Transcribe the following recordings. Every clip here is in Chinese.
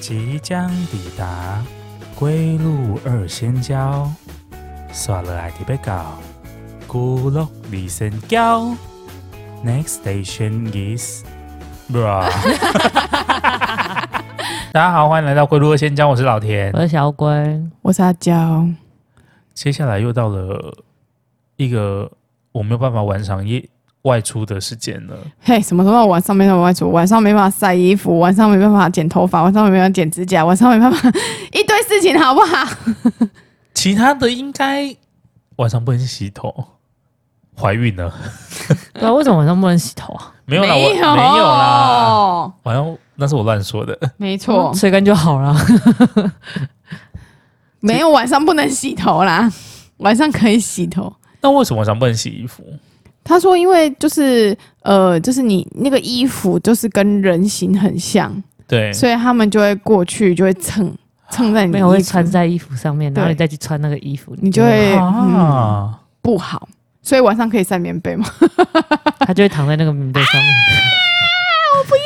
即将抵达归路二仙交，刷了爱迪贝高，孤落二仙交。Next station is bra。大家好，欢迎来到归路二仙交，我是老田我。是小龟，我是阿娇，接下来又到了一个我没有办法晚上夜外出的时间了。嘿，什么时候晚上没办法外出？晚上没办法晒衣服，晚上没办法剪头发，晚上没办法剪指甲，晚上没办法一堆事情，好不好？其他的应该晚上不能洗头，怀孕了对啊，为什么晚上不能洗头 啊？没有啦？我没有啦，，晚上那是我乱说的。 没错， 吹干就好了。没有晚上不能洗头啦，晚上可以洗头。那为什么晚上不能洗衣服？他说，因为就是呃，就是你那个衣服就是跟人形很像，对，所以他们就会过去，就会蹭蹭 在你没的有会衣服穿在衣服上面，然后对你再去穿那个衣服，你就会嗯啊，不好，所以晚上可以晒棉被吗？他就会躺在那个棉被上面。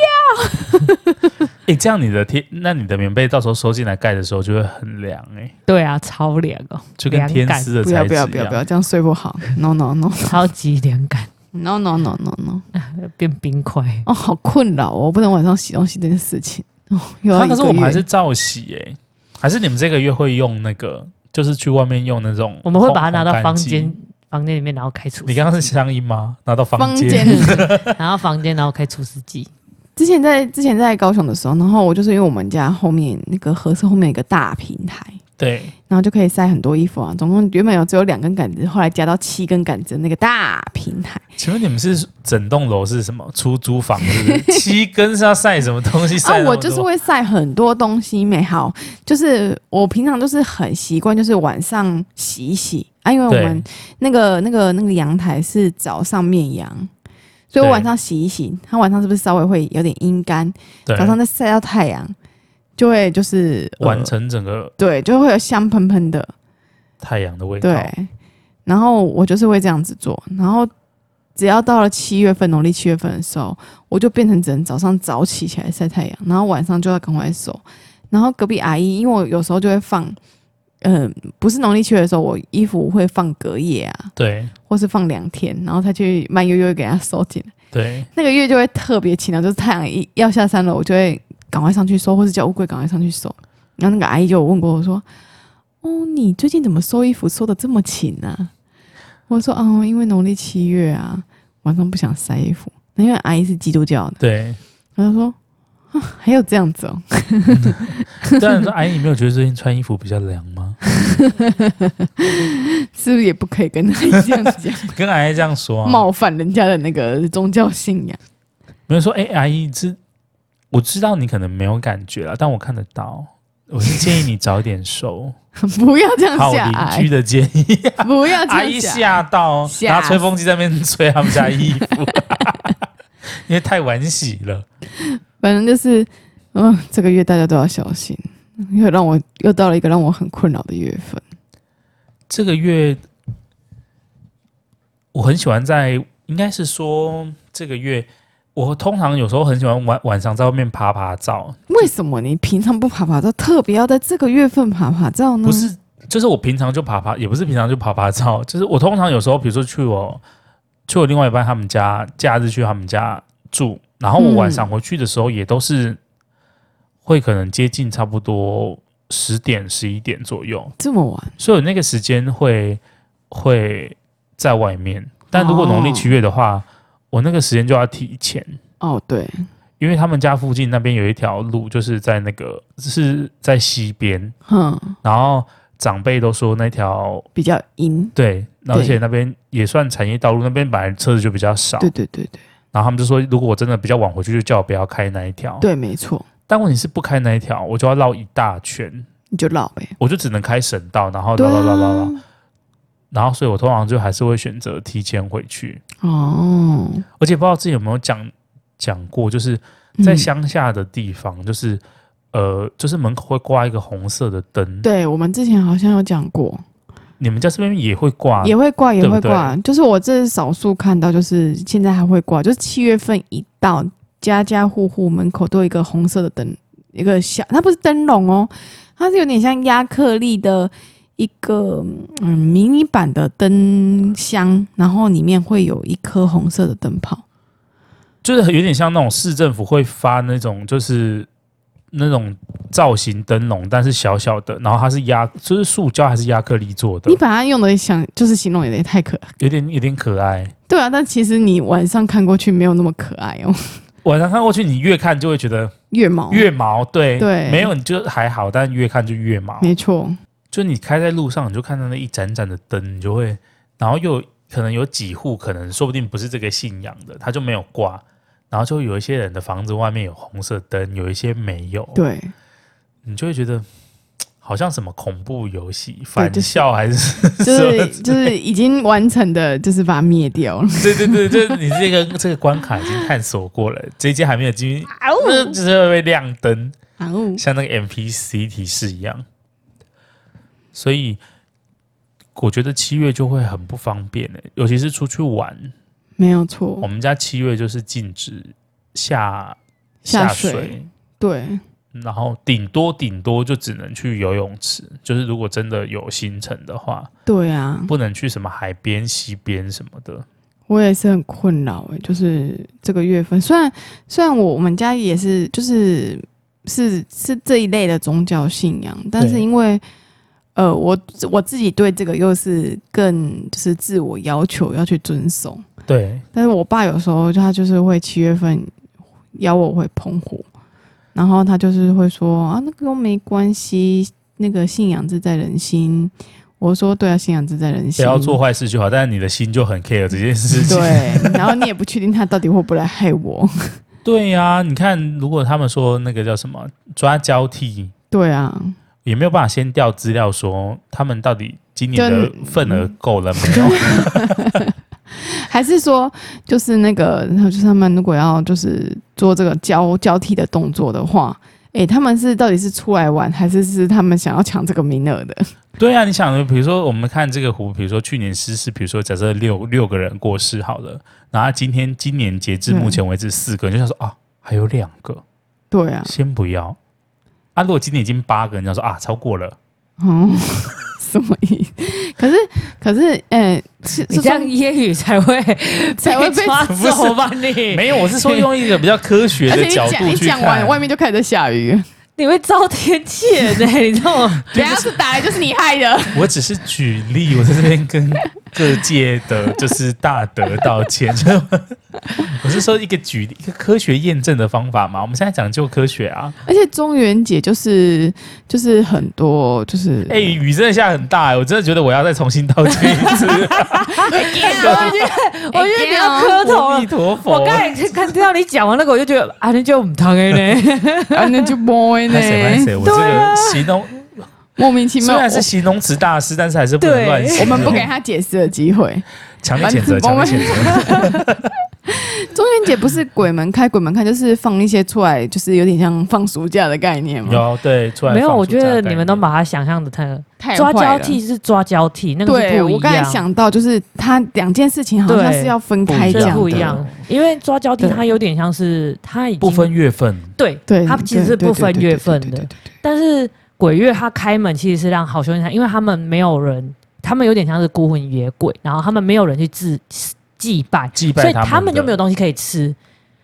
诶，这样你的天，那你的棉被到时候收进来盖的时候就会很凉诶，对啊，超凉哦，就跟天凉感丝的不材要质不一要样。不要不要，这样睡不好。No no no 超级凉感， no no no no no，变冰块。哦，好困扰哦，我不能晚上洗东西这件事情。哦，又要啊一可个是我们还月是照洗诶，还是你们这个月会用那个，就是去外面用那种，我们会把它拿到房间。，房间里面，然后开除。你刚刚是乡音吗？拿到房房间。然后房间，然后开除湿机，之前在之前在高雄的时候，然后我就是因为我们家后面那个合适后面有一个大平台， 对，然后就可以晒很多衣服啊。总共原本有只有两根杆子，后来加到七根杆子的那个大平台。请问你们是整栋楼是什么出租房是不是？ 七根是要晒什么东西？啊 晒、那么多、我就是会晒很多东西美好，就是我平常就是很习惯，就是晚上洗一洗啊，因为我对们那个那个那个阳台是早上面阳，所以我对晚上洗一洗，它晚上是不是稍微会有点阴干？对早上再晒到太阳，就会就是、呃完成整个对，就会有香喷喷的，太阳的味道。对。然后我就是会这样子做，然后只要到了七月份，农历七月份的时候，我就变成只能早上早起起来晒太阳，然后晚上就要赶快收。然后隔壁阿姨，因为我有时候就会放，嗯、不是农历七月的时候，我衣服会放隔夜啊，对或是放两天，然后她去慢悠悠给她收进来。对那个月就会特别勤劳，就是太阳一要下山了，我就会赶快上去收，或是叫乌龟赶快上去收。然后那个阿姨就有问过我说：“哦，你最近怎么收衣服收的这么勤啊？”我说：“哦，因为农历七月啊，晚上不想晒衣服。”那因为阿姨是基督教的，对，她就说：“啊，还有这样子哦，当然说，哎，你没有觉得最近穿衣服比较凉吗？ 是不是也不可以跟阿姨这样子 讲，跟阿姨这样说、啊，冒犯人家的那个宗教信仰 没有说，哎、阿姨知，我知道你可能没有感觉了，但我看得到。我是建议你早点 收，？”不要这样好吓邻阿居姨，的建议。不要这阿样姨吓吓到，哦吓拿吹风机在那边吹他们家衣服， 因为太晚洗了。反正就是，嗯，这个月大家都要小心，又让我又到了一个让我很困扰的月份。这个月我很喜欢在，应该是说这个月我通常有时候很喜欢晚晚上在外面爬爬照，为什么你平常不爬爬照，特别要在这个月份爬爬照呢？不，是，就是我平常就爬爬，也不是平常就爬爬照，就是我通常有时候，比如说去我去我另外一半他们家，假日去他们家住，然后我晚上回去的时候也都是会可能接近差不多十点十一点左右，这么晚，所以我那个时间会会在外面。但如果农历哦七月的话，我那个时间就要提前。哦，对，因为他们家附近那边有一条路，就是在那个是在西边，哼，然后长辈都说那条比较阴，对，对而且那边也算产业道路，那边本来车子就比较少，对对对对然后他们就说，如果我真的比较晚回去，就叫我不要开那一条。，对，没错，但问题是不开那一条，我就要绕一大圈，你就绕呗。我就只能开省道，然后对绕绕绕绕绕，啊，然后所以我通常就还是会选择提前回去，哦，而且不知道自己有没有讲讲过，就是在嗯乡下的地方，就是。呃，就是门口会挂一个红色的灯嗯，，对我们之前好像有讲过，你们家这边也会挂，也会挂，也啊对不会挂，就是我这是少数看到，就是现在还会挂，就是七月份一到，家家户户门口都有一个红色的灯一个小，它不是灯笼哦，它是有点像亚克力的一个嗯迷你版的灯箱，然后里面会有一颗红色的灯泡。就是有点像那种市政府会发那种就是那种造型灯笼，但是小小的，然后它是压就是塑胶还是亚克力做的你，把它用的想就是形容有点太可爱，有点有点可爱。对啊，但其实你晚上看过去没有那么可爱哦，晚上看过去，你越看就会觉得月毛越毛，对哦对没有你就还好，但越看就越毛。没错，就你开在路上，你就看到那一盏盏的灯，你就会，然后又有可能有几户，可能说不定不是这个信仰的，他就没有挂，然后就有一些人的房子外面有红色灯，有一些没有，对，你就会觉得嘖好像什么恐怖游戏对返就是校还是 就什么是就是已经完成的，就是把它灭掉了。对对对，就是你这个这个关卡已经探索过了，这一阶还没有进去，啊呜那就是会被亮灯，啊呜！像那个 NPC 提示一样，所以我觉得七月就会很不方便、欸、尤其是出去玩。没有错我，们家七月就是禁止下下水，水对，然后顶多顶多就只能去游泳池，就是如果真的有行程的话，对啊，不能去什么海边、溪边什么的。我也是很困扰哎、就是这个月份，虽然虽然我我们家也是就是是是这一类的宗教信仰，但是对因为呃我我自己对这个又是更就是自我要求要去遵守，对，但是我爸有时候就他就是会七月份邀我回澎湖，然后他就是会说啊那个又没关系，那个信仰自在人心。我说对啊，信仰自在人不心，要做坏事就好，但是你的心就很 care 这件事情。对，然后你也不确定他到底会不会来害我。 对呀、你看，如果他们说那个叫什么抓交替，对啊， 也没有办法先调资料说他们到底今年的就份额够了没有。还是说就是那个，然后就是他们如果要就是做这个交交替的动作的话，诶，他们是到底是出来玩，还是是他们想要抢这个名额的？ 对啊，你想，比如说我们看这个湖，比如说去年失事，比如说假设六六个人过世好了，然后今天今年截至嗯目前为止四个，你就想说啊，还有两个，对啊，先不要。啊，如果今年已经八个，你想说啊，超过 了，嗯， 什么意思？可是可是，诶，是你是这样说揶揄才会 才会被抓不是走吧你？没有，我是说用一个比较科学 而的且角你讲度你去讲完，看。外面就开始在下雨。你会遭天谴的、你知 道吗？等一下是打来就是你害的。我只是举例，我在这边跟各界的就是大德道歉。 就是我是说一个举例，一个科学验证的方法嘛。我们现在讲究科学啊。而且中元节就是就是很多就是哎、雨真的下很大、欸我真的觉得我要再重新道歉一 次。啊我觉得，我觉得你哎要磕头阿弥了。陀佛， 我刚才看听到你讲完那个，我就觉得啊，你就唔疼的 呢。 啊，那就 boy 呢拍谁拍谁，我这对个啊形容、莫名其虽妙。然是形容词大师，但是还是不能乱形我容。们不给他解释的机会。强烈谴责，强烈谴责。中元节不是鬼门开，鬼门开就是放一些出来，就是有点像放暑假的概念 嘛。有对出来没有，放我暑觉假得概你们念都把它想象的太太抓坏交了替是抓交替，那个是对不一样。我刚才想到，就是它两件事情好像对是要分开是讲不一的。样，因为抓交替对它有点像是它已经不分月份，对对，它其实是不分月份对的。但是鬼月它开门其实是让好兄弟他，因为他们没有人，他们有点像是孤魂野鬼，然后他们没有人去祭祭拜，祭所拜以他们就没有有。东西可以吃。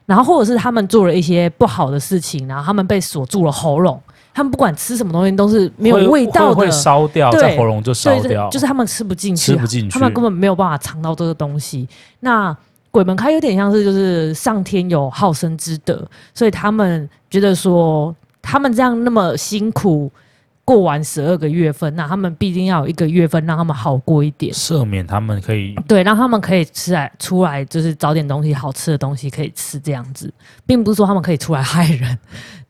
然后或者是他们做了一些不好的事情，然后他们被锁住了喉咙，他们不管吃什么东西都是没有会味道的，会会烧掉，对在喉咙就所烧以这掉，就是他们吃不进去、吃啊，不进去他们根本没有办法尝到这个东西。那鬼门开有点像是就是上天有好生之德，所以他们觉得说他们这样那么辛苦过完十二个月份，那他们必定要有一个月份让他们好过一点。赦免他们可以对，让他们可以吃来出来，就是找点东西好吃的东西可以吃，这样子，并不是说他们可以出来害人，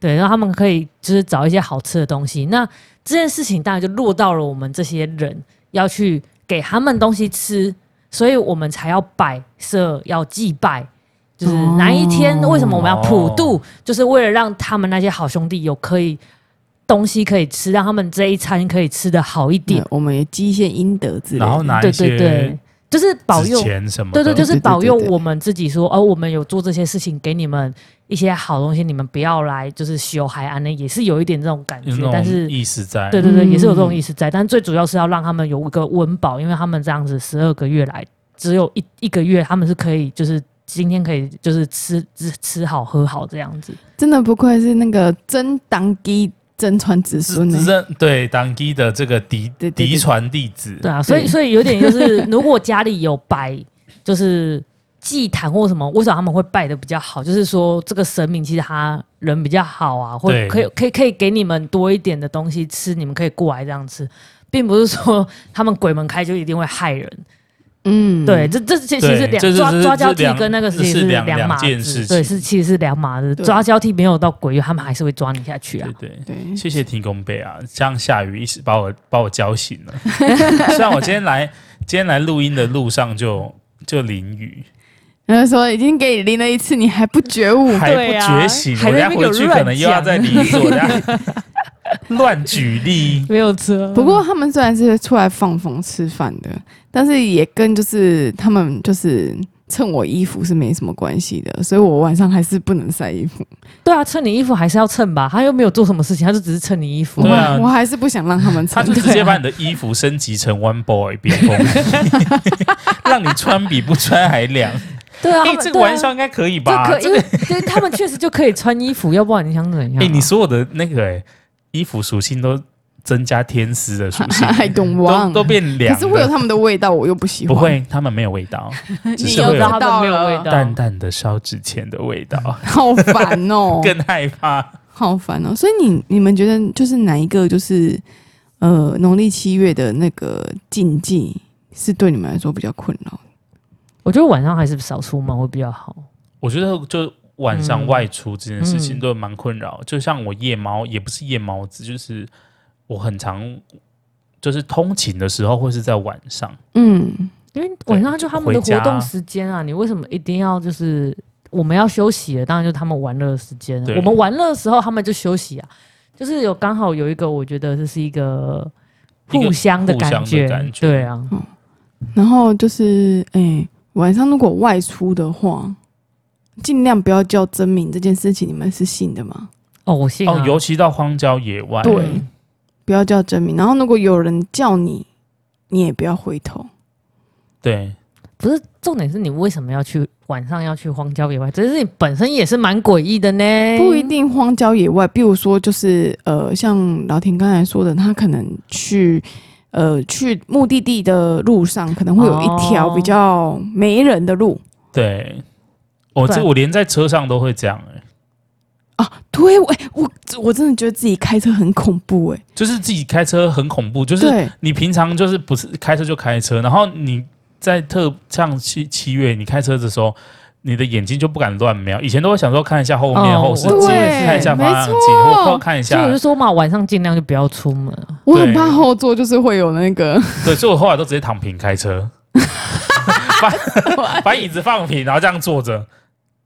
对，让他们可以就是找一些好吃的东西。那这件事情当然就落到了我们这些人要去给他们东西吃，所以我们才要摆设，要祭拜。就是哦哪一天，为什么我们要普渡？哦就是为了让他们那些好兄弟有可以东西可以吃，让他们这一餐可以吃的好一对点嗯对。我们也积一些阴德之类的。然后拿对一对些对，就是保之佑，前什么对的？对，就是对对保佑对对我们自己说，哦，我们有做这些事情，给你们一些好东西，你们不要来就是修海安呢，也是有一点这种感有觉，那但种是。意识在。对对对，嗯也是有这种意思在，但最主要是要让他们有一个温饱，因为他们这样子十二个月来，只有一一个月他们是可以，就是今天可以就是吃吃吃好喝好这样子。真的不愧是那个真当机真传子孙呢、认对党基的这个嫡对对对嫡传弟子，对啊，所以对所以有点 就是，如果家里有摆就是祭坛或什么，为什么他们会拜的比较好？就是说这个神明其实他人比较好啊，或对可以可以可以给你们多一点的东西吃，你们可以过来这样吃。并不是说他们鬼门开就一定会害人，嗯，对，这这其实对是两这是抓这是抓交替这两跟那个其这实是两两码两件子，事对，情是其实是两码子，对抓交替没有到鬼月，他们还是会抓你下去啊对。对。对，谢谢提供杯啊，这样下雨一时把我把我浇 醒了。虽然我今天来今天来录音的路上就就淋雨，然后说已经给你淋了一次，你还不觉悟，还不对啊觉醒，还我等下在那边回去给我可能又要再离职，我等下 乱举例。没有车，不过他们虽然是出来放风吃饭的，但是也跟就是他们就是蹭我衣服是没什么关系的，所以我晚上还是不能晒衣服。对啊，蹭你衣服还是要蹭吧，他又没有做什么事情，他就只是蹭你衣服对。啊我我还是不想让他们他蹭就。直接把你的衣服升级成 One Boy 边锋， 让你穿比不穿还凉。对啊，哎、他们这个对啊玩笑应该可以就吧？可以，这因个为对他们确实就可以穿衣服， 要不然你想怎样哎、啊？你所有的那个、哎衣服属性都增加天丝的属 性，啊 I don't 都 want，都变凉可了。是会有他们的味道，我又不喜不欢。， 会，他们没有味道，只你是又会啊知道他有们没有味道，淡淡的烧纸钱的味道， 好烦哦、 更害怕。好烦哦、所以你你们觉得就是哪一个就是呃农历七月的那个禁忌是对你们来说比较困扰？我觉得晚上还是少出门会比较好。我觉得就晚上嗯外出这件事情嗯都蛮困扰，就像我夜猫也不是夜猫子，就是我很常就是通勤的时候会是在晚上，嗯，因为晚上就他们的活动时间啊，你为什么一定要就是我们要休息了？当然就他们玩乐的时间啊，对我们玩乐的时候他们就休息啊。就是有刚好有一个，我觉得这是一个一个互相的互相感的觉，感觉对啊，然后就是哎、晚上如果外出的话，尽量不要叫真名这件事情，你们是信的吗？哦，我信啊哦，尤其到荒郊野外，对，不要叫真名。然后如果有人叫你，你也不要回头。对不是重点是你为什么要去晚上要去荒郊野外？这件事情本身也是蛮诡异的呢。不一定荒郊野外，比如说就是呃，像老田刚才说的，他可能去呃去目的地的路上，可能会有一条哦比较没人的路。对，我、对这我连在车上都会这样、欸，对，我、哎我我真的觉得自己开车很恐怖哎、就是自己开车很恐怖，就是对，你平常就是不是开车就开车，然后你在特像七七月你开车的时候，你的眼睛就不敢乱瞄。以前都会想说看一下后面哦后视我镜，我也是看一下方向没镜，错或或看一所以下我就。说嘛，晚上尽量就不要出门。我很怕后座就是会有那 个，对，所以我后来都直接躺平开 车，把把椅子放平，然后这样坐着，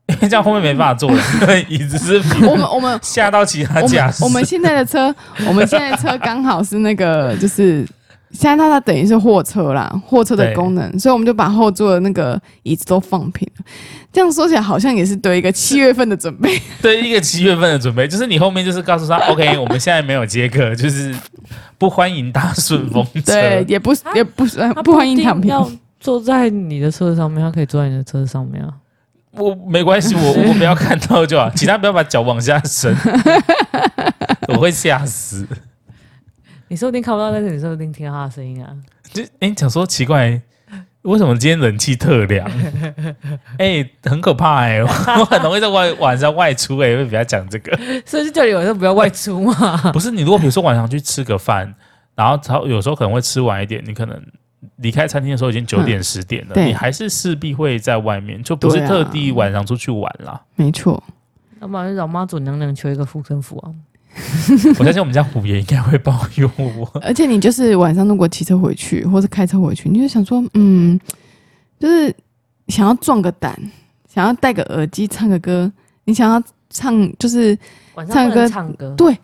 因为这样后面没办法坐了，因为椅子是平我们我们下到其他我驾们驶。我们现在的车，我们现在的车刚好是那个，就是现在它它等于是货车啦，货车的对功能，所以我们就把后座的那个椅子都放平了。这样说起来，好像也是对一个七月份的准备。对一个七月份的准备，就是你后面就是告诉他，OK，我 们现在没有接客，就是不欢迎搭顺风车。对， 也不是啊他也不是不欢迎躺平。要坐在你的车上面，他可以坐在你的车上面啊。我没关系，我我不要看到就好，其他不要把脚往下伸，我会吓死。你说不定看不到，但是你说不定听到他的声音啊。就哎，讲、说奇怪，为什么今天冷气特凉？哎、很可怕哎、 我很容易在外晚上外出哎、会比较讲这个。 所以就叫你晚上不要外出 嘛。不是你，如果比如说晚上去吃个饭，然后他有时候可能会吃晚一点，你可能。离开餐厅的时候已经九点十点了，嗯对你还是势必会在外面，就不是对啊特地晚上出去玩 啦。没错， 要不然就找妈祖娘娘求一个护身符啊。我相信我们家虎爷应该会抱怨我。而且你就是晚上如果骑车回去，或是开车回去，你就想说，嗯，就是想要壮个胆，想要戴个耳机唱个歌，你想要唱就是晚上不唱歌能唱歌，对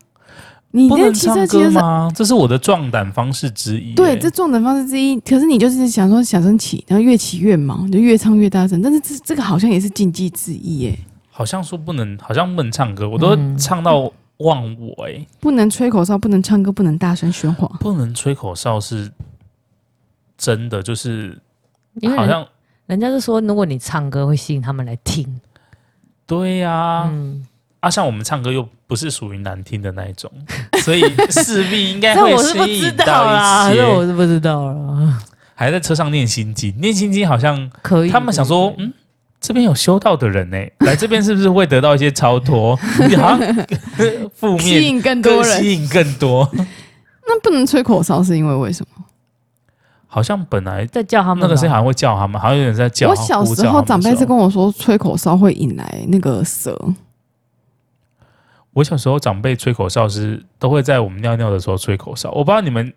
你不那能骑车唱骑歌车是吗？这是我的壮胆方式之一、对，欸这撞的方式之一。可是你就是想说小声起，然后越起越忙，就越唱越大声。但是这这个好像也是禁忌之一耶，好像说不能，好像不能唱歌，我都嗯唱到忘我哎、不能吹口哨，不能唱歌，不能大声喧哗。不能吹口哨是真的，就是因为好人像人家就说，如果你唱歌会吸引他们来听，对呀、啊，嗯，像我们唱歌又不是属于难听的那一种， 所以势必应该这会我嗯是不吸知引道啦，到一这我些。是不知道了。还在车上念心经，念心经好像可以，他们想说，对嗯，这边有修道的人呢、来这边是不是会得到一些超脱？ 你好 像负吸面引更更多人。吸引更多，那不能吹口哨是因为为什么？好像本来再叫他们那个吧谁好像会叫他们，好像有点在叫。我小呼时叫他候们的长辈时是候跟我说，吹口哨会引来那个蛇。我小时候长辈吹口哨是都会在我们尿尿的时候吹口哨，我不知道你们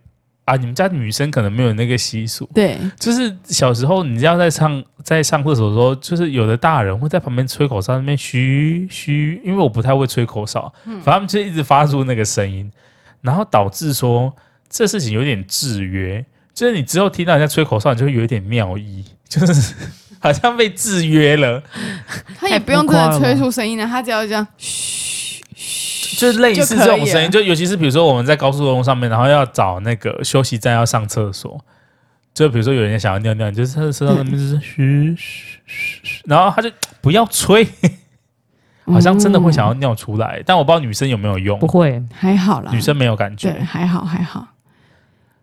啊，你们家女生可能没有那个习俗，对，就是小时候你要在上在上厕所的时候，就是有的大人会在旁边吹口哨，那边嘘嘘，因为我不太会吹口哨，反正他们就一直发出那个声音，然后导致说这事情有点制约，就是你之后听到人家吹口哨，你就会有一点妙意，就是 好像被制约了，他也不用真的吹出声音来，他只要这样嘘嘘，就是类似就可这以种声音，了就尤其是比如说我们在高速公路上面，然后要找那个休息站要上厕所，就比如说有人想要尿尿，你就是他的车上那边就是嘘嘘嘘，嘘然后他就不要吹， 好像真的会想要尿出来，但我不知道女生有没有用不，会，嗯还好啦，女生没有感觉，对还好还好。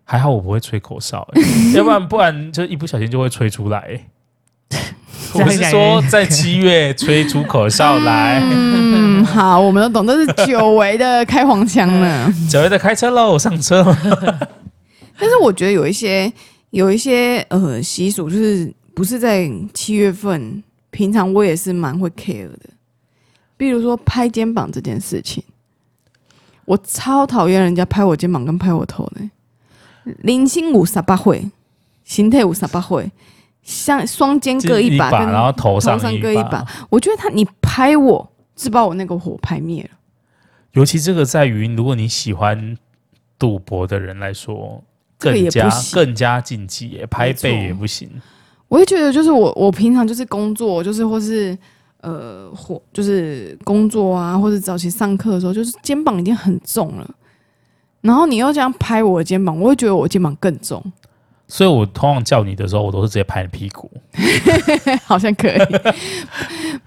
还好我不会吹口哨、欸 要不然不然就一不小心就会吹出来、欸这样我是说在七月吹出口哨来，嗯，好，我们都懂，这是久违的开黄 腔了。九月的开车喽，上车喽。但是我觉得有一些有一些呃习俗，就是不是在七月份，平常我也是蛮会 care 的。比如说拍肩膀这件事情，我超讨厌人家拍我肩膀跟拍我头的。零星五十八会，形态五十八会，像双肩各一把，然后头上头上一各一把我觉得他你拍我是把我那个火拍灭了。尤其这个在于，如果你喜欢赌博的人来说，这个更也加不行更加禁忌耶，拍背没也错不行。我会觉得就是我我平常就是工作，就是或是呃或就是工作啊，或者早起上课的时候，就是肩膀已经很重了，然后你又这样拍我的肩膀，我会觉得我肩膀更重，所以我通常叫你的时候，我都是直接拍你屁股。 好像可以。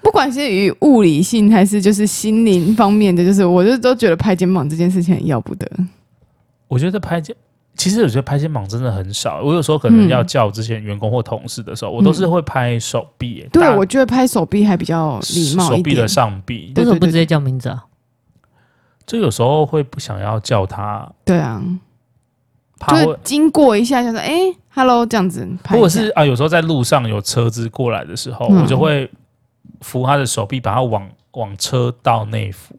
不管是与物理性还是就是心灵方面的，就是我就都觉得拍肩膀这件事情很要不得。我觉得拍肩，其实我觉得拍肩膀真的很少。我有时候可能嗯要叫之前员工或同事的时候，我都是会拍手臂耶，对大，我觉得拍手臂还比较礼貌手一臂点的。上臂。为对什么不直接叫名字啊？就有时候会不想要叫他，对啊，怕就会是。经过一下，就说哎、h e l l o 这样子拍一下。或者是啊，有时候在路上有车子过来的时候，嗯我就会扶他的手臂，把他往往车道内扶，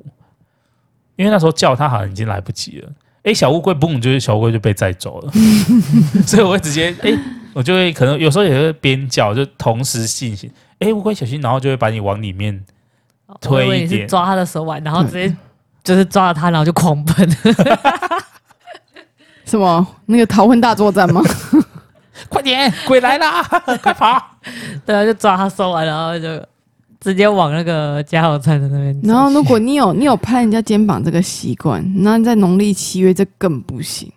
因为那时候叫他好像已经来不及了。哎、小乌龟嘣，就是小乌龟就被载走了，所以我会直接哎、诶我就会可能有时候也会边叫，就同时进行。哎、乌龟小心，然后就会把你往里面。推一点我以为你是抓他的手腕，然后直接就是抓了他，然后就狂奔。什么那个逃婚大作战吗？快 点，鬼来啦！ 快跑！对啊，就抓他手腕，然后就直接往那个加油站的那边走。然后，如果你有你有拍人家肩膀这个习惯，那在农历七月这更不行，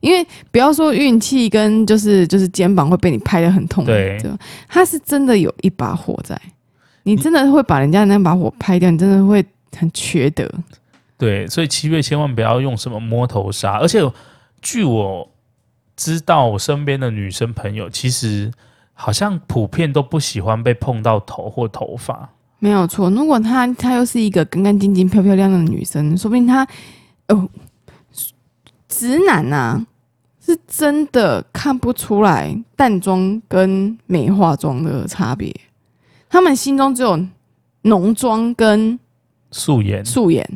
因为不要说运气跟就是就是肩膀会被你拍得很痛，对吧，他是真的有一把火在，你真的会把人家那把火拍掉，你真的会很缺德。对，所以七月千万不要用什么摸头杀，而且据我知道，我身边的女生朋友其实好像普遍都不喜欢被碰到头或头发。没有错，如果她她又是一个干干净净、漂漂亮亮的女生，说不定她，哦，直男呐、是真的看不出来淡妆跟没化妆的差别，他们心中只有浓妆跟素颜素颜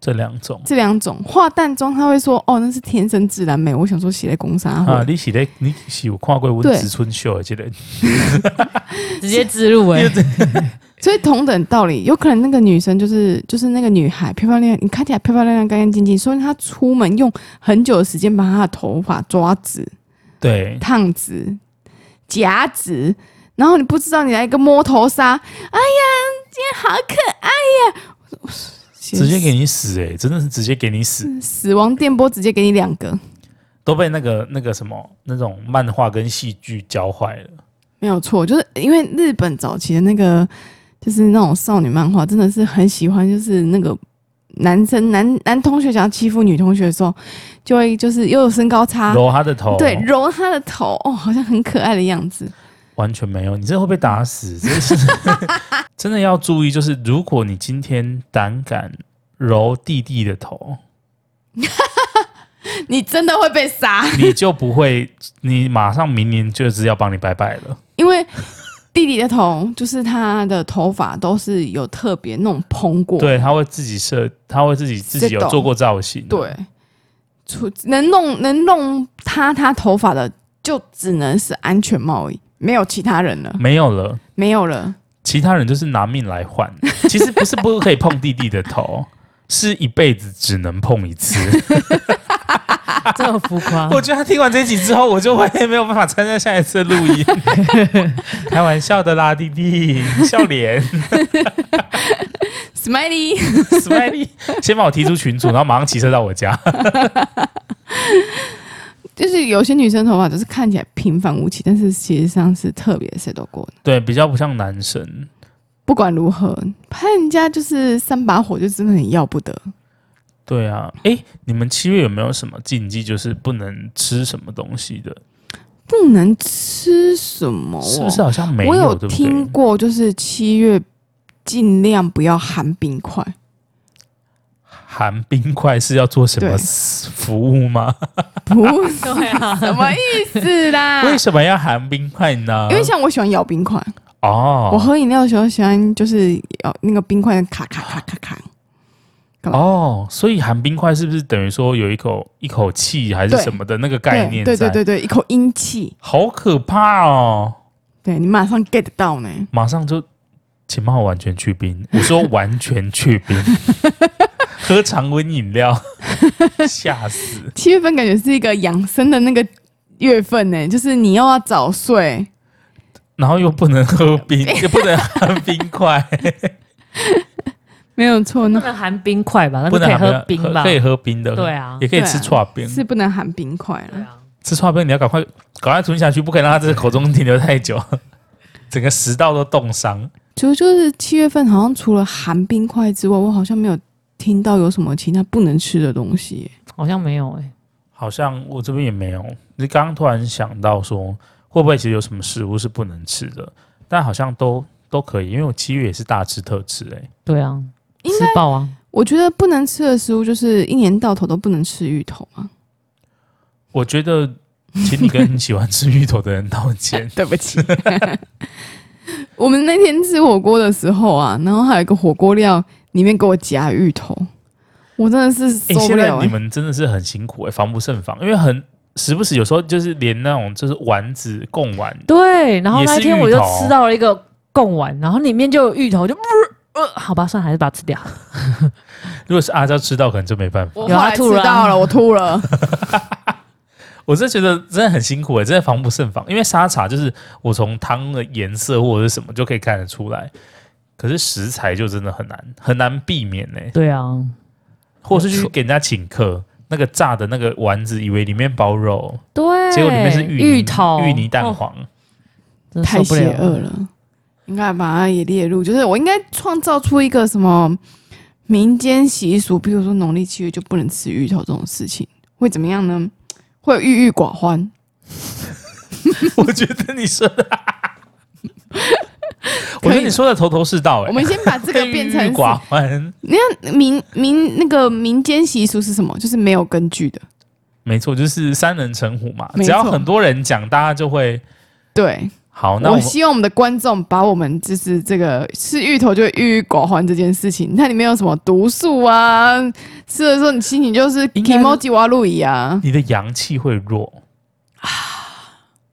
这两种这两种，化淡妆他会说哦那是天生自然美，我想说写在攻杀会，啊，你喜的你喜有看过温子春秀的这个人， 直接自入哎、欸所以同等道理，有可能那个女生就是就是那个女孩漂漂亮亮，你看起来漂漂亮亮、干干净净，所以她出门用很久的时间把她的头发抓直、对，烫直、夹直，然后你不知道你来一个摸头杀，哎呀，今天好可爱呀！直接给你死哎、真的是直接给你死，死亡电波，直接给你两个，都被那个那个什么那种漫画跟戏剧教坏了。没有错，就是因为日本早期的那个就是那种少女漫画，真的是很喜欢，就是那个男生男男同学想要欺负女同学的时候，就会就是又有身高差，揉他的头，啊对，揉她的头，哦，好像很可爱的样子。完全没有，你这会被打死， 真是真的要注意。就是如果你今天胆敢揉弟弟的头，你真的会被杀，你就不会，你马上明年就是要帮你拜拜了。因为弟弟的头就是他的头发都是有特别那种蓬过，对，他会自己设，他会自己自己有做过造型，对，除能弄能弄塌他头发的，就只能是安全帽而已，没有其他人了，没有了，没有了。其他人就是拿命来换。 其实不是不可以碰弟弟的头，是一辈子只能碰一次。。这么浮夸我觉得他听完这一集之后，我就会没有办法参加下一次的录音。开玩笑的啦，弟弟，笑脸 Smiley， ，smiley，先 把我踢出群组，然后马上骑车到我 家。就是有些女生头发就是看起来平凡无奇，但是其实上是特别啊谁都过的。对，比较不像男生。不管如何，拍人家就是三把火，就真的很要不得。对啊，哎，你们七月有没有什么禁忌，就是不能吃什么东西的？不能吃什么、哦？是不是好像没我有对不听对？过，就是七月尽量不要含冰块。含冰块是要做什么对服务吗？不是 对啊，什么意 思啦？为什么要含冰块呢？啊因为像我喜欢咬冰块，哦，我喝饮料的时候喜欢就是咬那个冰块咔咔咔咔咔，哦，所以含冰块是不是等于说有一口一口气还是对什么的那个概念在？对对对对，一口阴气，好可怕哦！对你马上 get 到呢。马上就，请帮我完全去 冰。我说完全去冰，喝常温饮 料，吓死！七月份感觉是一个养生的那个月份呢，就是你又要早睡，然后又不能喝 冰，也不能含冰块，没有错，不那能含冰块吧？那不就能可以含喝冰吧可？以喝冰的，对啊也可以吃对啊串冰。是不能含冰块对了。啊，吃串冰你要赶快赶快吞下去，不可以让它在口中停留太久， 整个食道都冻伤。主要就是七月份好像除了含冰块之外，我好像没有听到有什么其他不能吃的东西耶。好像没有哎、好像我这边也没有。你刚刚突然想到说，会不会其实有什么食物是不能吃的？但好像都都可以，因为我七月也是大吃特吃哎、对啊，应吃该爆啊！我觉得不能吃的食物就是一年到头都不能吃芋头啊嘛。我觉得，请你跟喜欢吃芋头的人道 歉。对不起。 我们那天吃火锅的时候啊，然后还有一个火锅料里面给我夹芋头，我真的是哎、受不现在了、欸你们真的是很辛苦哎、防不胜防，因为很时不时有时候就是连那种就是丸子贡丸，对，然后也那是一天芋我就头吃到了一个贡丸，然后里面就有芋头，就呃，好吧，算了，还是把它吃掉。如果是阿娇吃到，可能就没办法。我后有啊来吃吐了啊到了，我吐了。我真的觉得真的很辛苦哎、真的防不胜防。因为沙茶就是我从汤的颜色或者是什么就可以看得出来，可是食材就真的很难很难避免呢、对啊，或是去给人家请客，那个炸的那个丸子，以为里面包肉，对，结果里面是芋泥芋头、芋泥蛋哦，黄。嗯真太受不邪了恶了，应该把它也列入，就是我应该创造出一个什么民间习俗，比如说农历七月就不能吃芋头这种事情，会怎么样呢？会有郁郁寡欢， 我觉得你说的， 啊我觉得你说的头头是道哎、我们先把这 个可以变成郁郁寡欢，是民民那个民间习俗是什么？就是没有根据的，没错，就是三人成虎嘛。没错只要很多人讲，大家就会对。好。哦那我我们希望我们的观众把我们就是这个吃芋头就会郁郁寡欢这件事情，它里面有什么毒素啊？吃的时候你心情就是应该 emoji 哇路易啊，你的阳气会弱。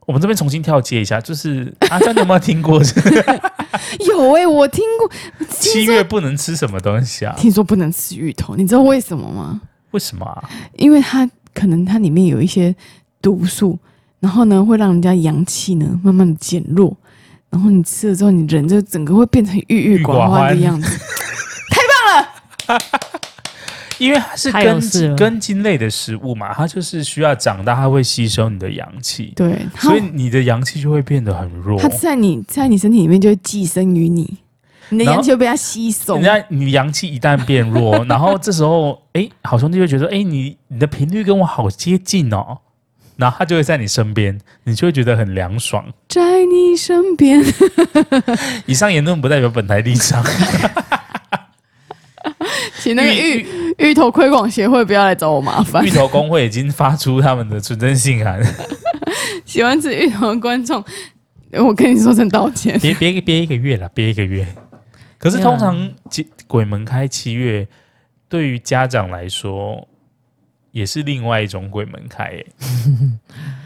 我们这边重新跳接一下，就是阿三，你有没有听 过有哎、我听过，七月不能吃什么东西啊？听说不能吃芋头，你知道为什么吗？为什么啊？因为它可能它里面有一些毒素，然后呢会让人家阳气呢慢慢的减弱，然后你吃了之后，你人就整个会变成郁郁寡欢的 样子。因为它是太根有事茎了根茎类的食物嘛，它就是需要长大，它会吸收你的阳气，对，它所以你的阳气就会变得很弱。它在你在你身体里面就会寄生于你，你的然后阳气会被它吸收人。家你阳气一旦变弱， 然后这时候，哎，好兄弟就觉得，哎，你你的频率跟我好接近哦，然后他就会在你身边，你就会觉得很凉爽。在你身边， 以上言论不代表本台立场。请那个芋芋头推广协会不要来找我麻烦芋。头工会已经发出他们的纯真信函， 喜欢吃芋头的观众，我跟你说声道歉。别别憋一个月了，憋一个月。可是没有通啦常七鬼门开七月，对于家长来说也是另外一种鬼门开、欸。啊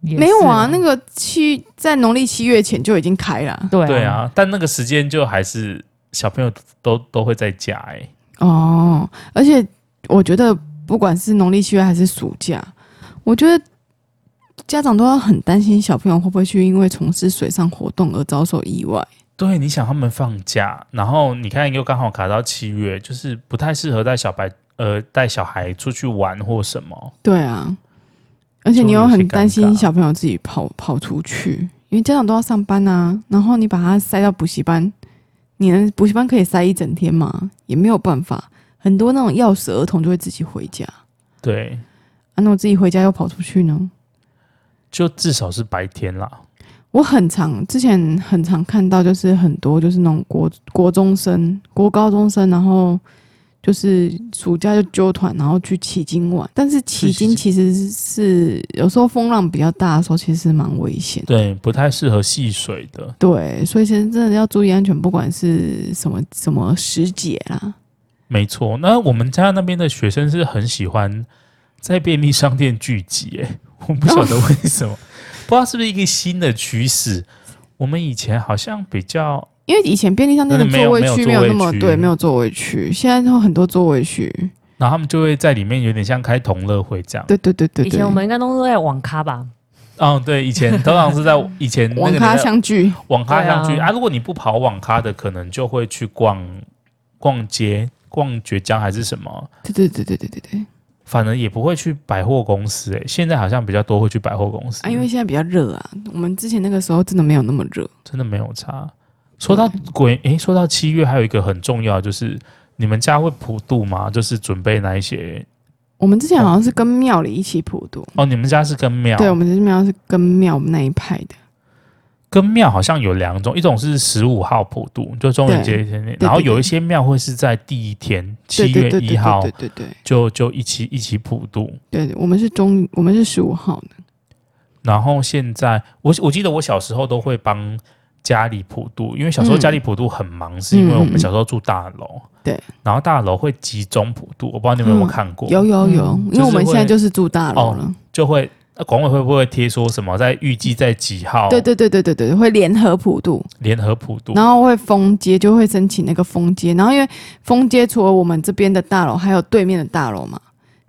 也是没有啊，那个七在农历七月前就已经开了。对对，啊，但那个时间就还是小朋友都都会在家、欸。哦，而且我觉得不管是农历七月还是暑假，我觉得家长都要很担心小朋友会不会去因为从事水上活动而遭受意外。对，你想他们放假，然后你看又刚好卡到七月，就是不太适合带小白呃带小孩出去玩或什么。对啊，而且就你又有些很担尴心尬小朋友自己跑跑出去，因为家长都要上班啊，然后你把他塞到补习班，你能补习班可以塞一整天吗？也没有办法，很多那种钥匙儿童就会自己回家，啊，对，那我自己回家又跑出去呢？就至少是白天啦。我很常之前很常看到，就是很多就是那种国国中生、国高中生，然后就是暑假就揪团，然后去迄今玩。但是迄今去迄其实是有时候风浪比较大的时候，其实蛮危险。对，不太适合戏水的。对，所以其实真的要注意安全，不管是什么什么时节啦。没错，那我们家那边的学生是很喜欢在便利商店聚集、欸， 我不晓得为什么，不知道是不是一个新的趋势。我们以前好像比较因为以前便利商店的真的没有座位没有区座没有那位么区对，没有座位区，现在有很多座位区。然后他们就会在里面有点像开同乐会这样。对对对对以前我对，们应该都是在网咖吧，嗯，对，以前通常是在以前那个网年咖代相聚，网咖上去对啊啊如果你不跑网咖的，可能就会去逛逛街、逛绝江还是什么，对对对对对对对。反而也不会去百货公司、欸。现在好像比较多会去百货公司，啊，因为现在比较热啊，我们之前那个时候真的没有那么热。真的没有差。说到鬼，诶、说到七月，还有一个很重要的就是，你们家会普渡吗？就是准备那一些我们之前好像是跟庙里一起普渡，哦，你们家是跟庙，对，我们这庙是跟庙我们那一派的，跟庙好像有两种，一种是十五号普渡，就中元节前天，对然后对有一些庙会是在第一天，对七对月对对一号对对对对就就一起一起普渡。对对，我们是中，我们是十五号的，然后现在，我我记得我小时候都会帮家里普渡，因为小时候嗯家里普渡很忙，是因为我们小时候住大楼，对，然后大楼会集中普渡，我不知道你们有没有看过，有有有，嗯因为我就是们会哦现在就是住大楼了，就会呃管委会不会贴说什么在预计在几号对对对对对对，会联合普渡，联合普渡，然后会封街，就会申请那个封街，然后因为封街除了我们这边的大楼，还有对面的大楼嘛，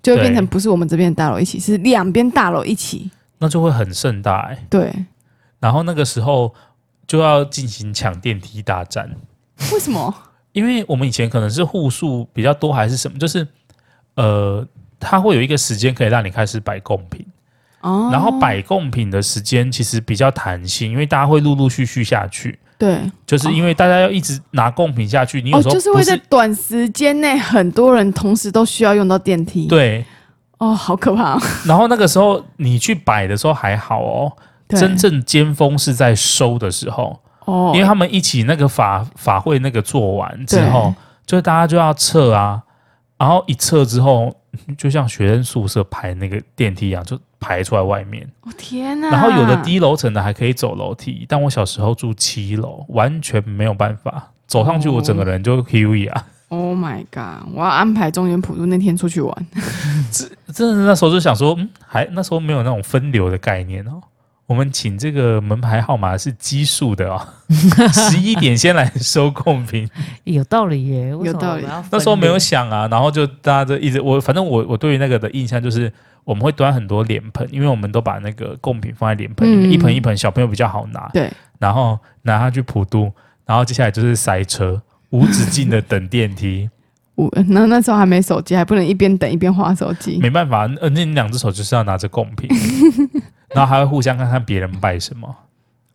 就会变成对不是我们这边的大楼一起，是两边大楼一起，那就会很盛大、欸。 对，然后那个时候就要进行抢电梯大战，为什么？因为我们以前可能是户数比较多还是什么，就是呃，它会有一个时间可以让你开始摆贡品。哦，然后摆贡品的时间其实比较弹性，因为大家会陆陆续续下去，对，就是因为大家要一直拿贡品下去，你有哦，时候就是不会是、在短时间内，很多人同时都需要用到电梯。，对，哦，好可怕、哦。然后那个时候你去摆的时候还好哦，对真正尖峰是在收的时候，哦，因为他们一起那个法法会那个做完之后，就大家就要撤啊，然后一撤之后，就像学生宿舍排那个电梯一样，就排出来外面。哦天哪！然后有的低楼层的还可以走楼梯，但我小时候住七楼，完全没有办法走上去，我整个人就 Q E 啊！ ，Oh my god！我要安排中原普渡那天出去玩。真的是那时候就想说，嗯，还那时候没有那种分流的概念哦。我们请这个门牌号码是奇数的哦，十一点先来收贡品。有道理耶，为什么有道理我要分那时候没有类想啊，然后就大家就一直我反正我我对于那个的印象就是我们会端很多脸盆，因为我们都把那个贡品放在脸盆里面，嗯一盆一盆，小朋友比较好拿，对，然后拿它去普渡，然后接下来就是塞车，无止境的等电 梯，我那那时候还没手机，还不能一边等一边划手机。没办法，呃，那你两只手就是要拿着贡 品，然后还会互相看看别人拜什么。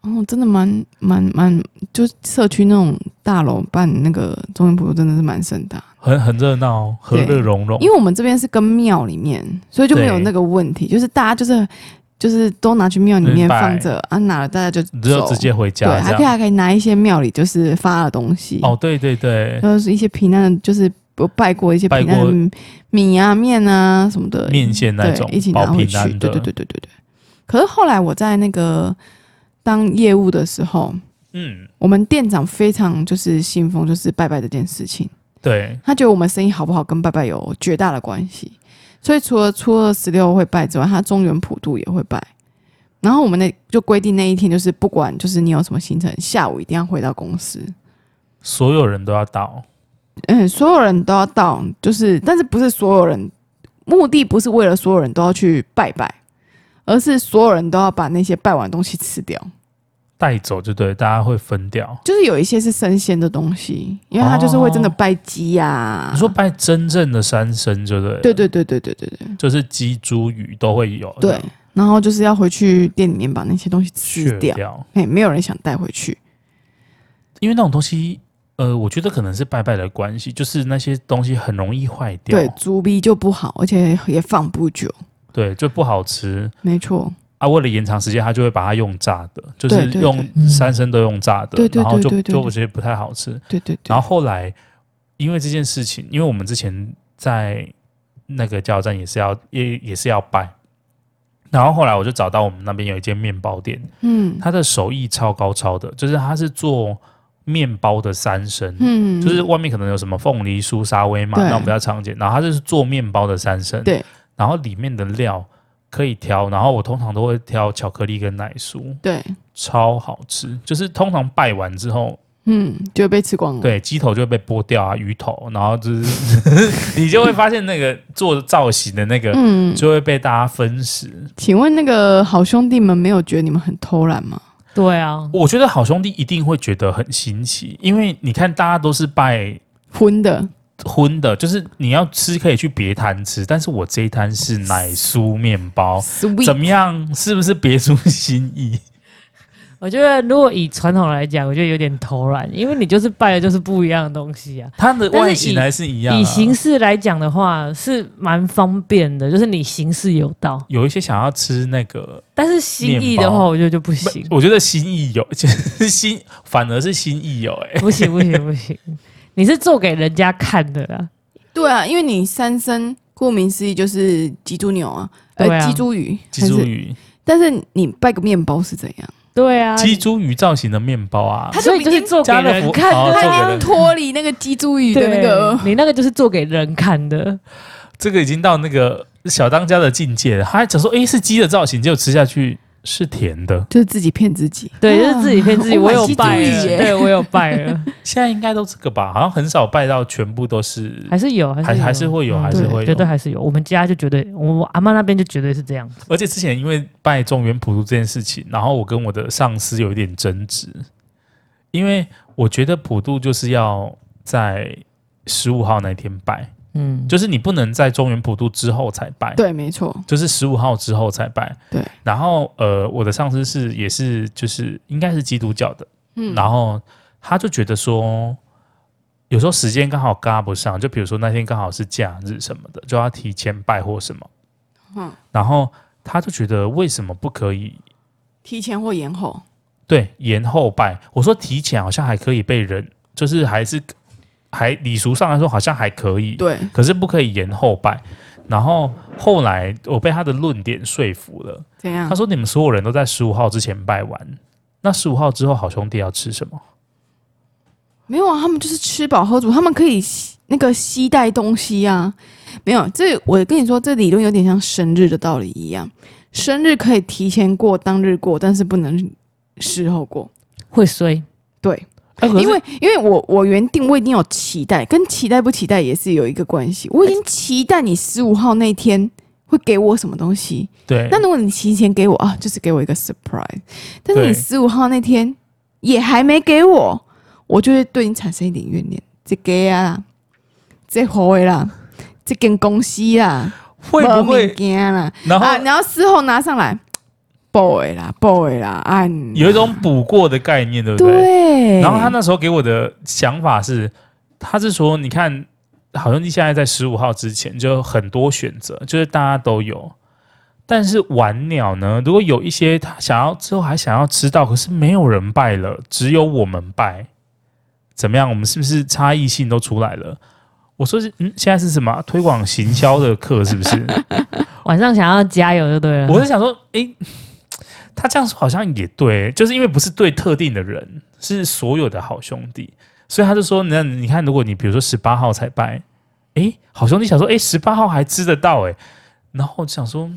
哦，真的蛮蛮蛮，就社区那种大楼办那个中原普渡，真的是蛮盛大。很很热闹哦，和乐融融因。为我们这边是跟庙里面，所以就没有那个问题，就是大家就是就是都拿去庙里明面白放着啊，拿了大家就就走，直接回对，家还这可以样。还可以拿一些庙里就是发的东西，哦，对对对，就是一些平安的，就是有拜过一些拜平安的米啊、面啊什么的，面线那对种一起保拿回平去，安的，对对对对对对。可是后来我在那个当业务的时候，嗯，我们店长非常就是信奉就是拜拜这件事情，对，他觉得我们生意好不好跟拜拜有绝大的关系，所以除了初二十六会拜之外，他中原普渡也会拜。然后我们那就规定那一天就是不管就是你有什么行程，下午一定要回到公司，所有人都要到。嗯，所有人都要到，就是但是不是所有人，目的不是为了所有人都要去拜拜，而是所有人都要把那些拜完的东西吃掉。带走就对，大家会分掉。就是有一些是生鲜的东西，因为他就是会真的拜鸡呀、哦你说拜真正的三牲，就对，啊对对，对对对对对就是鸡、猪、鱼都会有，对，然后就是要回去店里面把那些东西吃去掉，掉。哎，没有人想带回去。因为那种东西，呃，我觉得可能是拜拜的关系，就是那些东西很容易坏掉，对，猪逼就不好，而且也放不久。对，就不好吃没错，啊。为了延长时间，他就会把它用炸的，就对是对对用嗯三牲都用炸的对，对然后对就对对就对我觉得不太好吃。对对对然，后后来因为这件事情，因为我们之前在那个加油站也是要也也是要拜，然后后来我就找到我们那边有一间面包店，嗯他的手艺超高超的，就是他是做面包的三生。嗯，就是外面可能有什么凤梨酥、沙威玛对那种比较常见，然后他就是做面包的三生，对，然后里面的料可以挑，然后我通常都会挑巧克力跟奶酥，对，超好吃。就是通常拜完之后，嗯，就会被吃光了。对，鸡头就会被剥掉啊，鱼头，然后就是 你就会发现那个做造型的那个嗯，就会被大家分食。请问那个好兄弟们没有觉得你们很偷懒吗？对啊，我觉得好兄弟一定会觉得很新奇，因为你看大家都是拜荤的，荤的，就是你要吃可以去别摊吃，但是我这一摊是奶酥面包。 sweet 哦怎么样？是不是别出心意？我觉得如果以传统来讲，我觉得有点偷懒，因为你就是拜的就是不一样的东西啊。它的但是外形以还是一样、啊。以形式来讲的话，是蛮方便的，就是你形式有到，有一些想要吃那个但是心意面的包话，我觉得就不不行，我觉得心意有， 就是心反而是心意有、 欸，不行，不行，不行，你是做给人家看的啦。对啊，因为你三生顾名思义就是鸡猪牛啊，对呃，啊鸡猪鱼，鸡猪还是，鱼，但是你拜个面包是怎样？对啊，鸡猪鱼造型的面包啊，它所以就是做给家乐人福看哦的做给啊。人脱离那个鸡猪鱼的那个，你那个就是做给人看的，这个已经到那个小当家的境界了。他还讲说，诶，欸是鸡的造型，结果吃下去是甜的。就是自己骗自己。啊对，就是自己骗自己。我啊我买有鸡拜猪了，鱼耶对我有拜 了，现在应该都这个吧，好像很少拜到全部都是，还是有，还还是有还是会有，嗯还是对会绝对有。还是有。我们家就绝对，我阿妈那边就绝对是这样子。而且之前因为拜中原普渡这件事情，然后我跟我的上司有一点争执，因为我觉得普渡就是要在十五号那天拜，嗯，就是你不能在中原普渡之后才拜。对，没错，就是十五号之后才拜。对，然后呃，我的上司是也是就是应该是基督教的，嗯然后他就觉得说，有时候时间刚好搭不上，就比如说那天刚好是假日什么的，就要提前拜或什么。嗯，然后他就觉得为什么不可以提前或延后，对延后拜？我说提前好像还可以被人，就是还是还礼俗上来说好像还可以，对，可是不可以延后拜。然后后来我被他的论点说服了。怎样他？说：“你们所有人都在十五号之前拜完，那十五号之后好兄弟要吃什么？没有啊，他们就是吃饱喝足，他们可以那个携带东西啊。没有，这我跟你说，这理论有点像生日的道理一样，生日可以提前过、当日过，但是不能事后过。会衰。对，哦哎可是因为因为我我原定我已经有期待，跟期待不期待也是有一个关系。我已经期待你十五号那天会给我什么东西，对，那如果你提前给我啊，就是给我一个 surprise，但是对你十五号那天也还没给我，我就会对你产生一点怨念，这给啊，这回啦，这跟公司啊啦，会不会？惊啦？然后啊，然后事后拿上来，boy 啦，boy 啦，啊，你有一种补过的概念，对不对？对，然后他那时候给我的想法是，他是说，你看，好像你现在在十五号之前就有很多选择，就是大家都有。但是晚鸟呢，如果有一些他想要之后还想要吃到，可是没有人拜了，只有我们拜，怎么样？我们是不是差异性都出来了？我说是，嗯，现在是什么啊推广行销的课是不是？晚上想要加油就对了。我是想说，诶， 他这样说好像也对，就是因为不是对特定的人，是所有的好兄弟，所以他就说，那你看，如果你比如说十八号才拜，诶，好兄弟想说，诶，十八号还吃得到、诶，然后我就想说，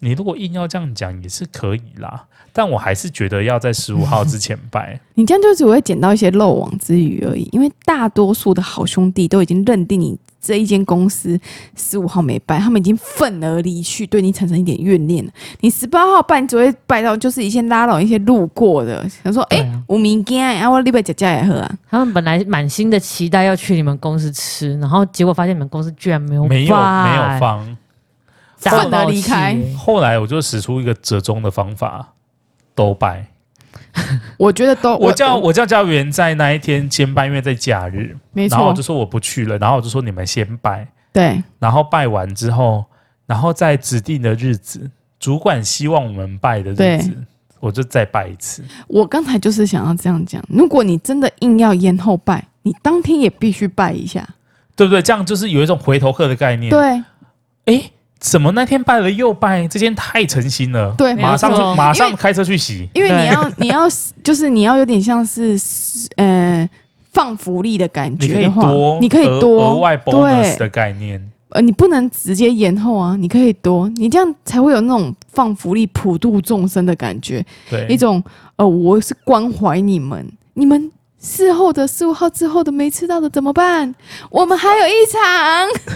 你如果硬要这样讲也是可以啦，但我还是觉得要在十五号之前拜，你这样就只会捡到一些漏网之鱼而已，因为大多数的好兄弟都已经认定你这一间公司十五号没拜，他们已经愤而离去，对你产生一点怨念了。你十八号拜，你只会拜到就是一些拉拢一些路过的，想说对哎、诶啊我明天啊，我礼拜姐姐也喝啊，他们本来满心的期待要去你们公司吃，然后结果发现你们公司居然没有没有没有放，放。大愤而爆离气开后来我就使出一个折中的方法，都拜。哦我觉得都我叫我叫教员在那一天兼班，因为在假日，没然后我错就，说我不去了，然后我就说你们先拜，对然后拜完之后，然后在指定的日子，主管希望我们拜的日子，我就再拜一次。我刚才就是想要这样讲，如果你真的硬要延后拜，你当天也必须拜一下，对不对？这样就是有一种回头客的概念。，对哎，怎么那天拜了又拜？这间太诚心了，对，没有马上错就马因上开车去洗。因为对你 要你要就是你要有点像是呃放福利的感你可觉以的话，多，你可以额多额外 bonus 对，的概念。呃，你不能直接延后啊，你可以多，你这样才会有那种放福利普度众生的感觉，对，一种呃我是关怀你们，你们。事后的十五号之后的没吃到的怎么办？我们还有一场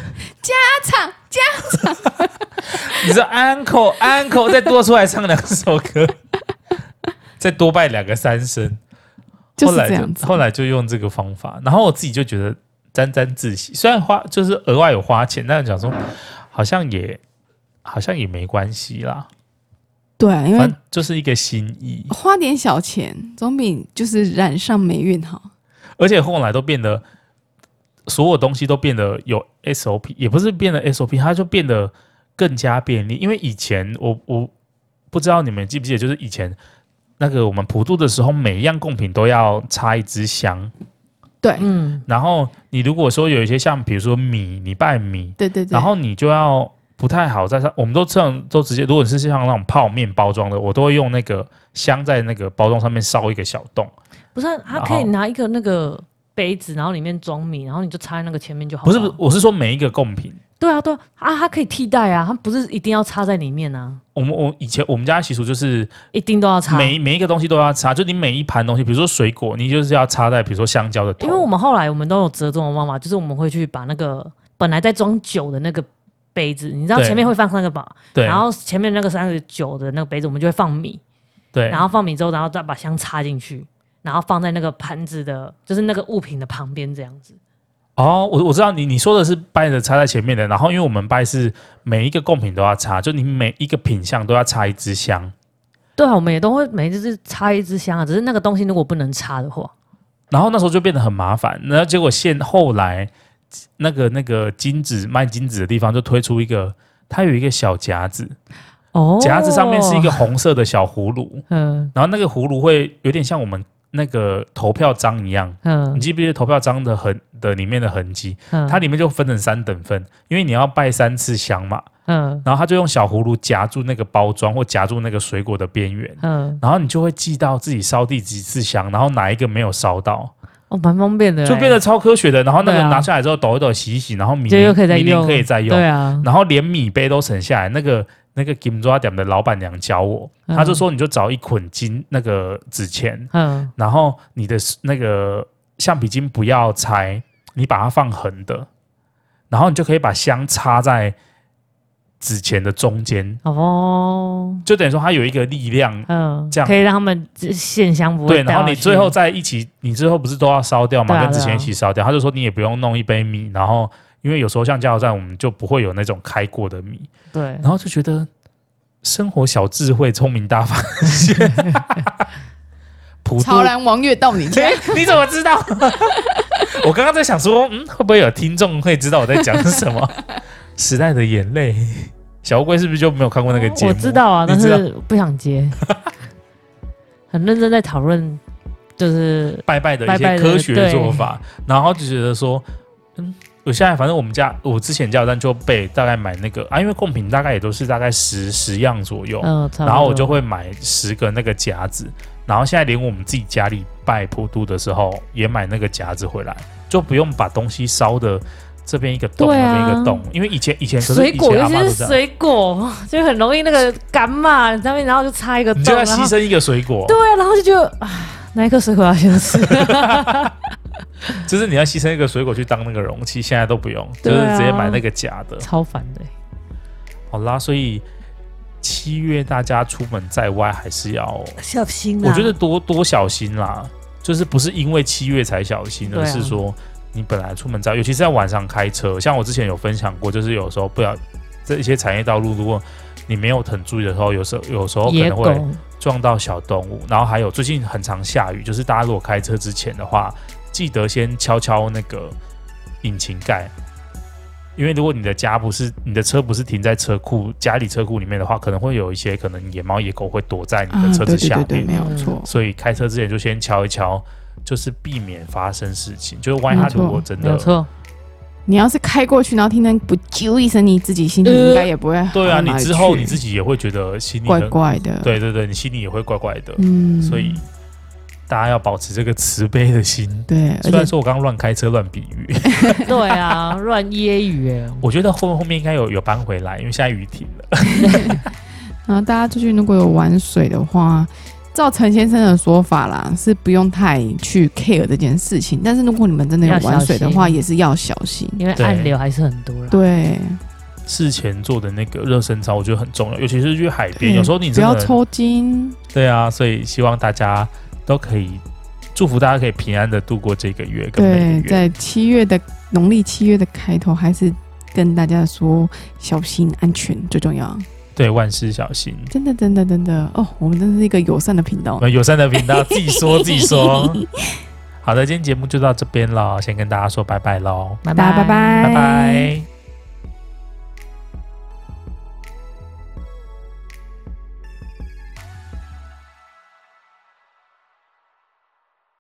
加场加，你说 uncle uncle 再多出来唱两首歌， 再多拜两个三声，就是后来这样子就。后来就用这个方法，然后我自己就觉得沾沾自喜，虽然花就是额外有花钱，但是想说好像也好像也没关系啦，对啊，因反为正就是一个心意，花点小钱总比就是染上霉运好。而且后来都变得所有东西都变得有 SOP，也不是变得 SOP，它就变得更加便利，因为以前我我不知道你们记不记得，就是以前。那个我们普渡的时候，每一样贡品都要插一支香，对，嗯，然后你如果说有一些像比如说米，你拜米，对对对。然后你就要不太好在上，我们都这样都直接，如果你是像那种泡面包装的，我都会用那个香在那个包装上面烧一个小洞，不是啊他然后可以拿一个那个杯子，然后里面装米，然后你就插在那个前面就好不了。是，不是，我是说每一个贡品。对啊，对啊，啊，它可以替代啊，它不是一定要插在里面啊，我们我以前我们家的习俗就是一定都要插。每每一个东西都要插，就你每一盘东西，比如说水果，你就是要插在比如说香蕉的头。因为我们后来我们都有折中的方法，就是我们会去把那个本来在装酒的那个杯子，你知道对前面会放三个宝，对然后前面那个三个酒的那个杯子，我们就会放米，对，然后放米之后，然后再把香插进去，然后放在那个盘子的，就是那个物品的旁边这样子。哦，我我知道你你说的是拜的插在前面的，然后因为我们拜是每一个贡品都要插，就你每一个品相都要插一支香。对啊，我们也都会每就是插一支香啊，只是那个东西如果不能插的话，然后那时候就变得很麻烦，然后结果现后来那个那个金子卖金子的地方就推出一个，它有一个小夹子，哦，夹子上面是一个，红色的小葫芦，嗯然后那个葫芦会有点像我们那个投票章一样，你嗯记不记得投票章的痕的里面的痕迹？嗯，它里面就分成三等份，因为你要拜三次香嘛，嗯然后他就用小葫芦夹住那个包装或夹住那个水果的边缘。嗯然后你就会记到自己烧第几次香，然后哪一个没有烧到，哦，蛮方便的欸，就变得超科学的。然后那个对啊拿下来之后抖一抖，洗一洗，然后明就年又可以再明年用可以再用对。啊，然后连米杯都省下来。那个那个金抓点的老板娘教我，嗯她就说你就找一捆金那个纸钱，嗯，然后你的 s- 那个橡皮筋不要拆，你把它放横的，然后你就可以把香插在纸钱的中间，哦，就等于说它有一个力量。嗯，这样可以让他们线香不对，会然后掉你下最后去在一起，你最后不是都要烧掉对吗？啊跟纸钱对啊一起烧掉。他就说你也不用弄一杯米，然后因为有时候像加油站我们就不会有那种开过的米，对然后就觉得生活小智慧，聪明大发现。普渡潮，南王月到你家哎，你怎么知道？我刚刚在想说，嗯，会不会有听众会知道我在讲什么？ 时代的眼泪，小乌龟是不是就没有看过那个节目？我知道啊，你但知道是不想 接，很认真在讨论，就是拜拜的一拜拜些的科学对做法，然后就觉得说，嗯，我现在反正我们家我之前加油站就备大概买那个啊，因为贡品大概也都是大概十十样左右，嗯，差不多然后我就会买十个那个夹子，然后现在连我们自己家里拜普渡的时候也买那个夹子回来，就不用把东西烧的这边一个洞、对啊那边一个洞，因为以前以前可是水以果，前尤阿其妈都是这样，水果，就很容易那个干嘛，你知道吗？然后就插一个你洞，就要然牺后牲一个水果，对啊，然后就觉得啊，哪一颗水果要先吃？ 就是你要牺牲一个水果去当那个容器，现在都不用，就对是啊直接买那个假的。超烦的欸，好啦，所以七月大家出门在外还是要，小心啊我觉得多多小心啦，就是不是因为七月才小心，对啊而是说你本来出门在外，尤其是在晚上开车，像我之前有分享过，就是有时候不要这一些产业道路，如果你没有很注意的时候，有时候有时候可野能狗会撞到小动物，然后还有最近很常下雨，就是大家如果开车之前的话，记得先敲敲那个引擎盖，因为如果你的家不是你的车不是停在车库家里车库里面的话，可能会有一些可能野猫野狗会躲在你 啊的，车对子对下对面，嗯对，没有错。所以开车之前就先敲一敲，就是避免发生事情。就是万一他没错如果真没有的，错，你要是开过去，然后听到不啾一声，你自己心情应该也不会好对啊，到你哪里之后去你自己也会觉得心里怪的，怪的，，对对对，你心里也会怪怪的，嗯所以大家要保持这个慈悲的心。对，而虽然且说我刚刚乱开车乱比喻， 对啊，乱揶揄哎，我觉得后后面应该有有搬回来，因为现在雨停了。然后大家出去如果有玩水的话，照陈先生的说法啦，是不用太去 care 这件事情。但是如果你们真的有要玩小水的心话，也是要小心。因为对暗流还是很多啦。对，事前做的那个热身操，我觉得很重要，尤其是去海边，嗯有时候你不真要的抽筋。对啊，所以希望大家都可以祝福大家可以平安的度过这个月跟每对，个月。在七月的农历七月的开头，还是跟大家说小心安全最重要。对，万事小心。真的，真的，真的哦，我们真是一个友善的频道我。们友善的频道自己 说自己说。好的，今天节目就到这边了，先跟大家说拜拜喽，拜大家拜拜拜拜。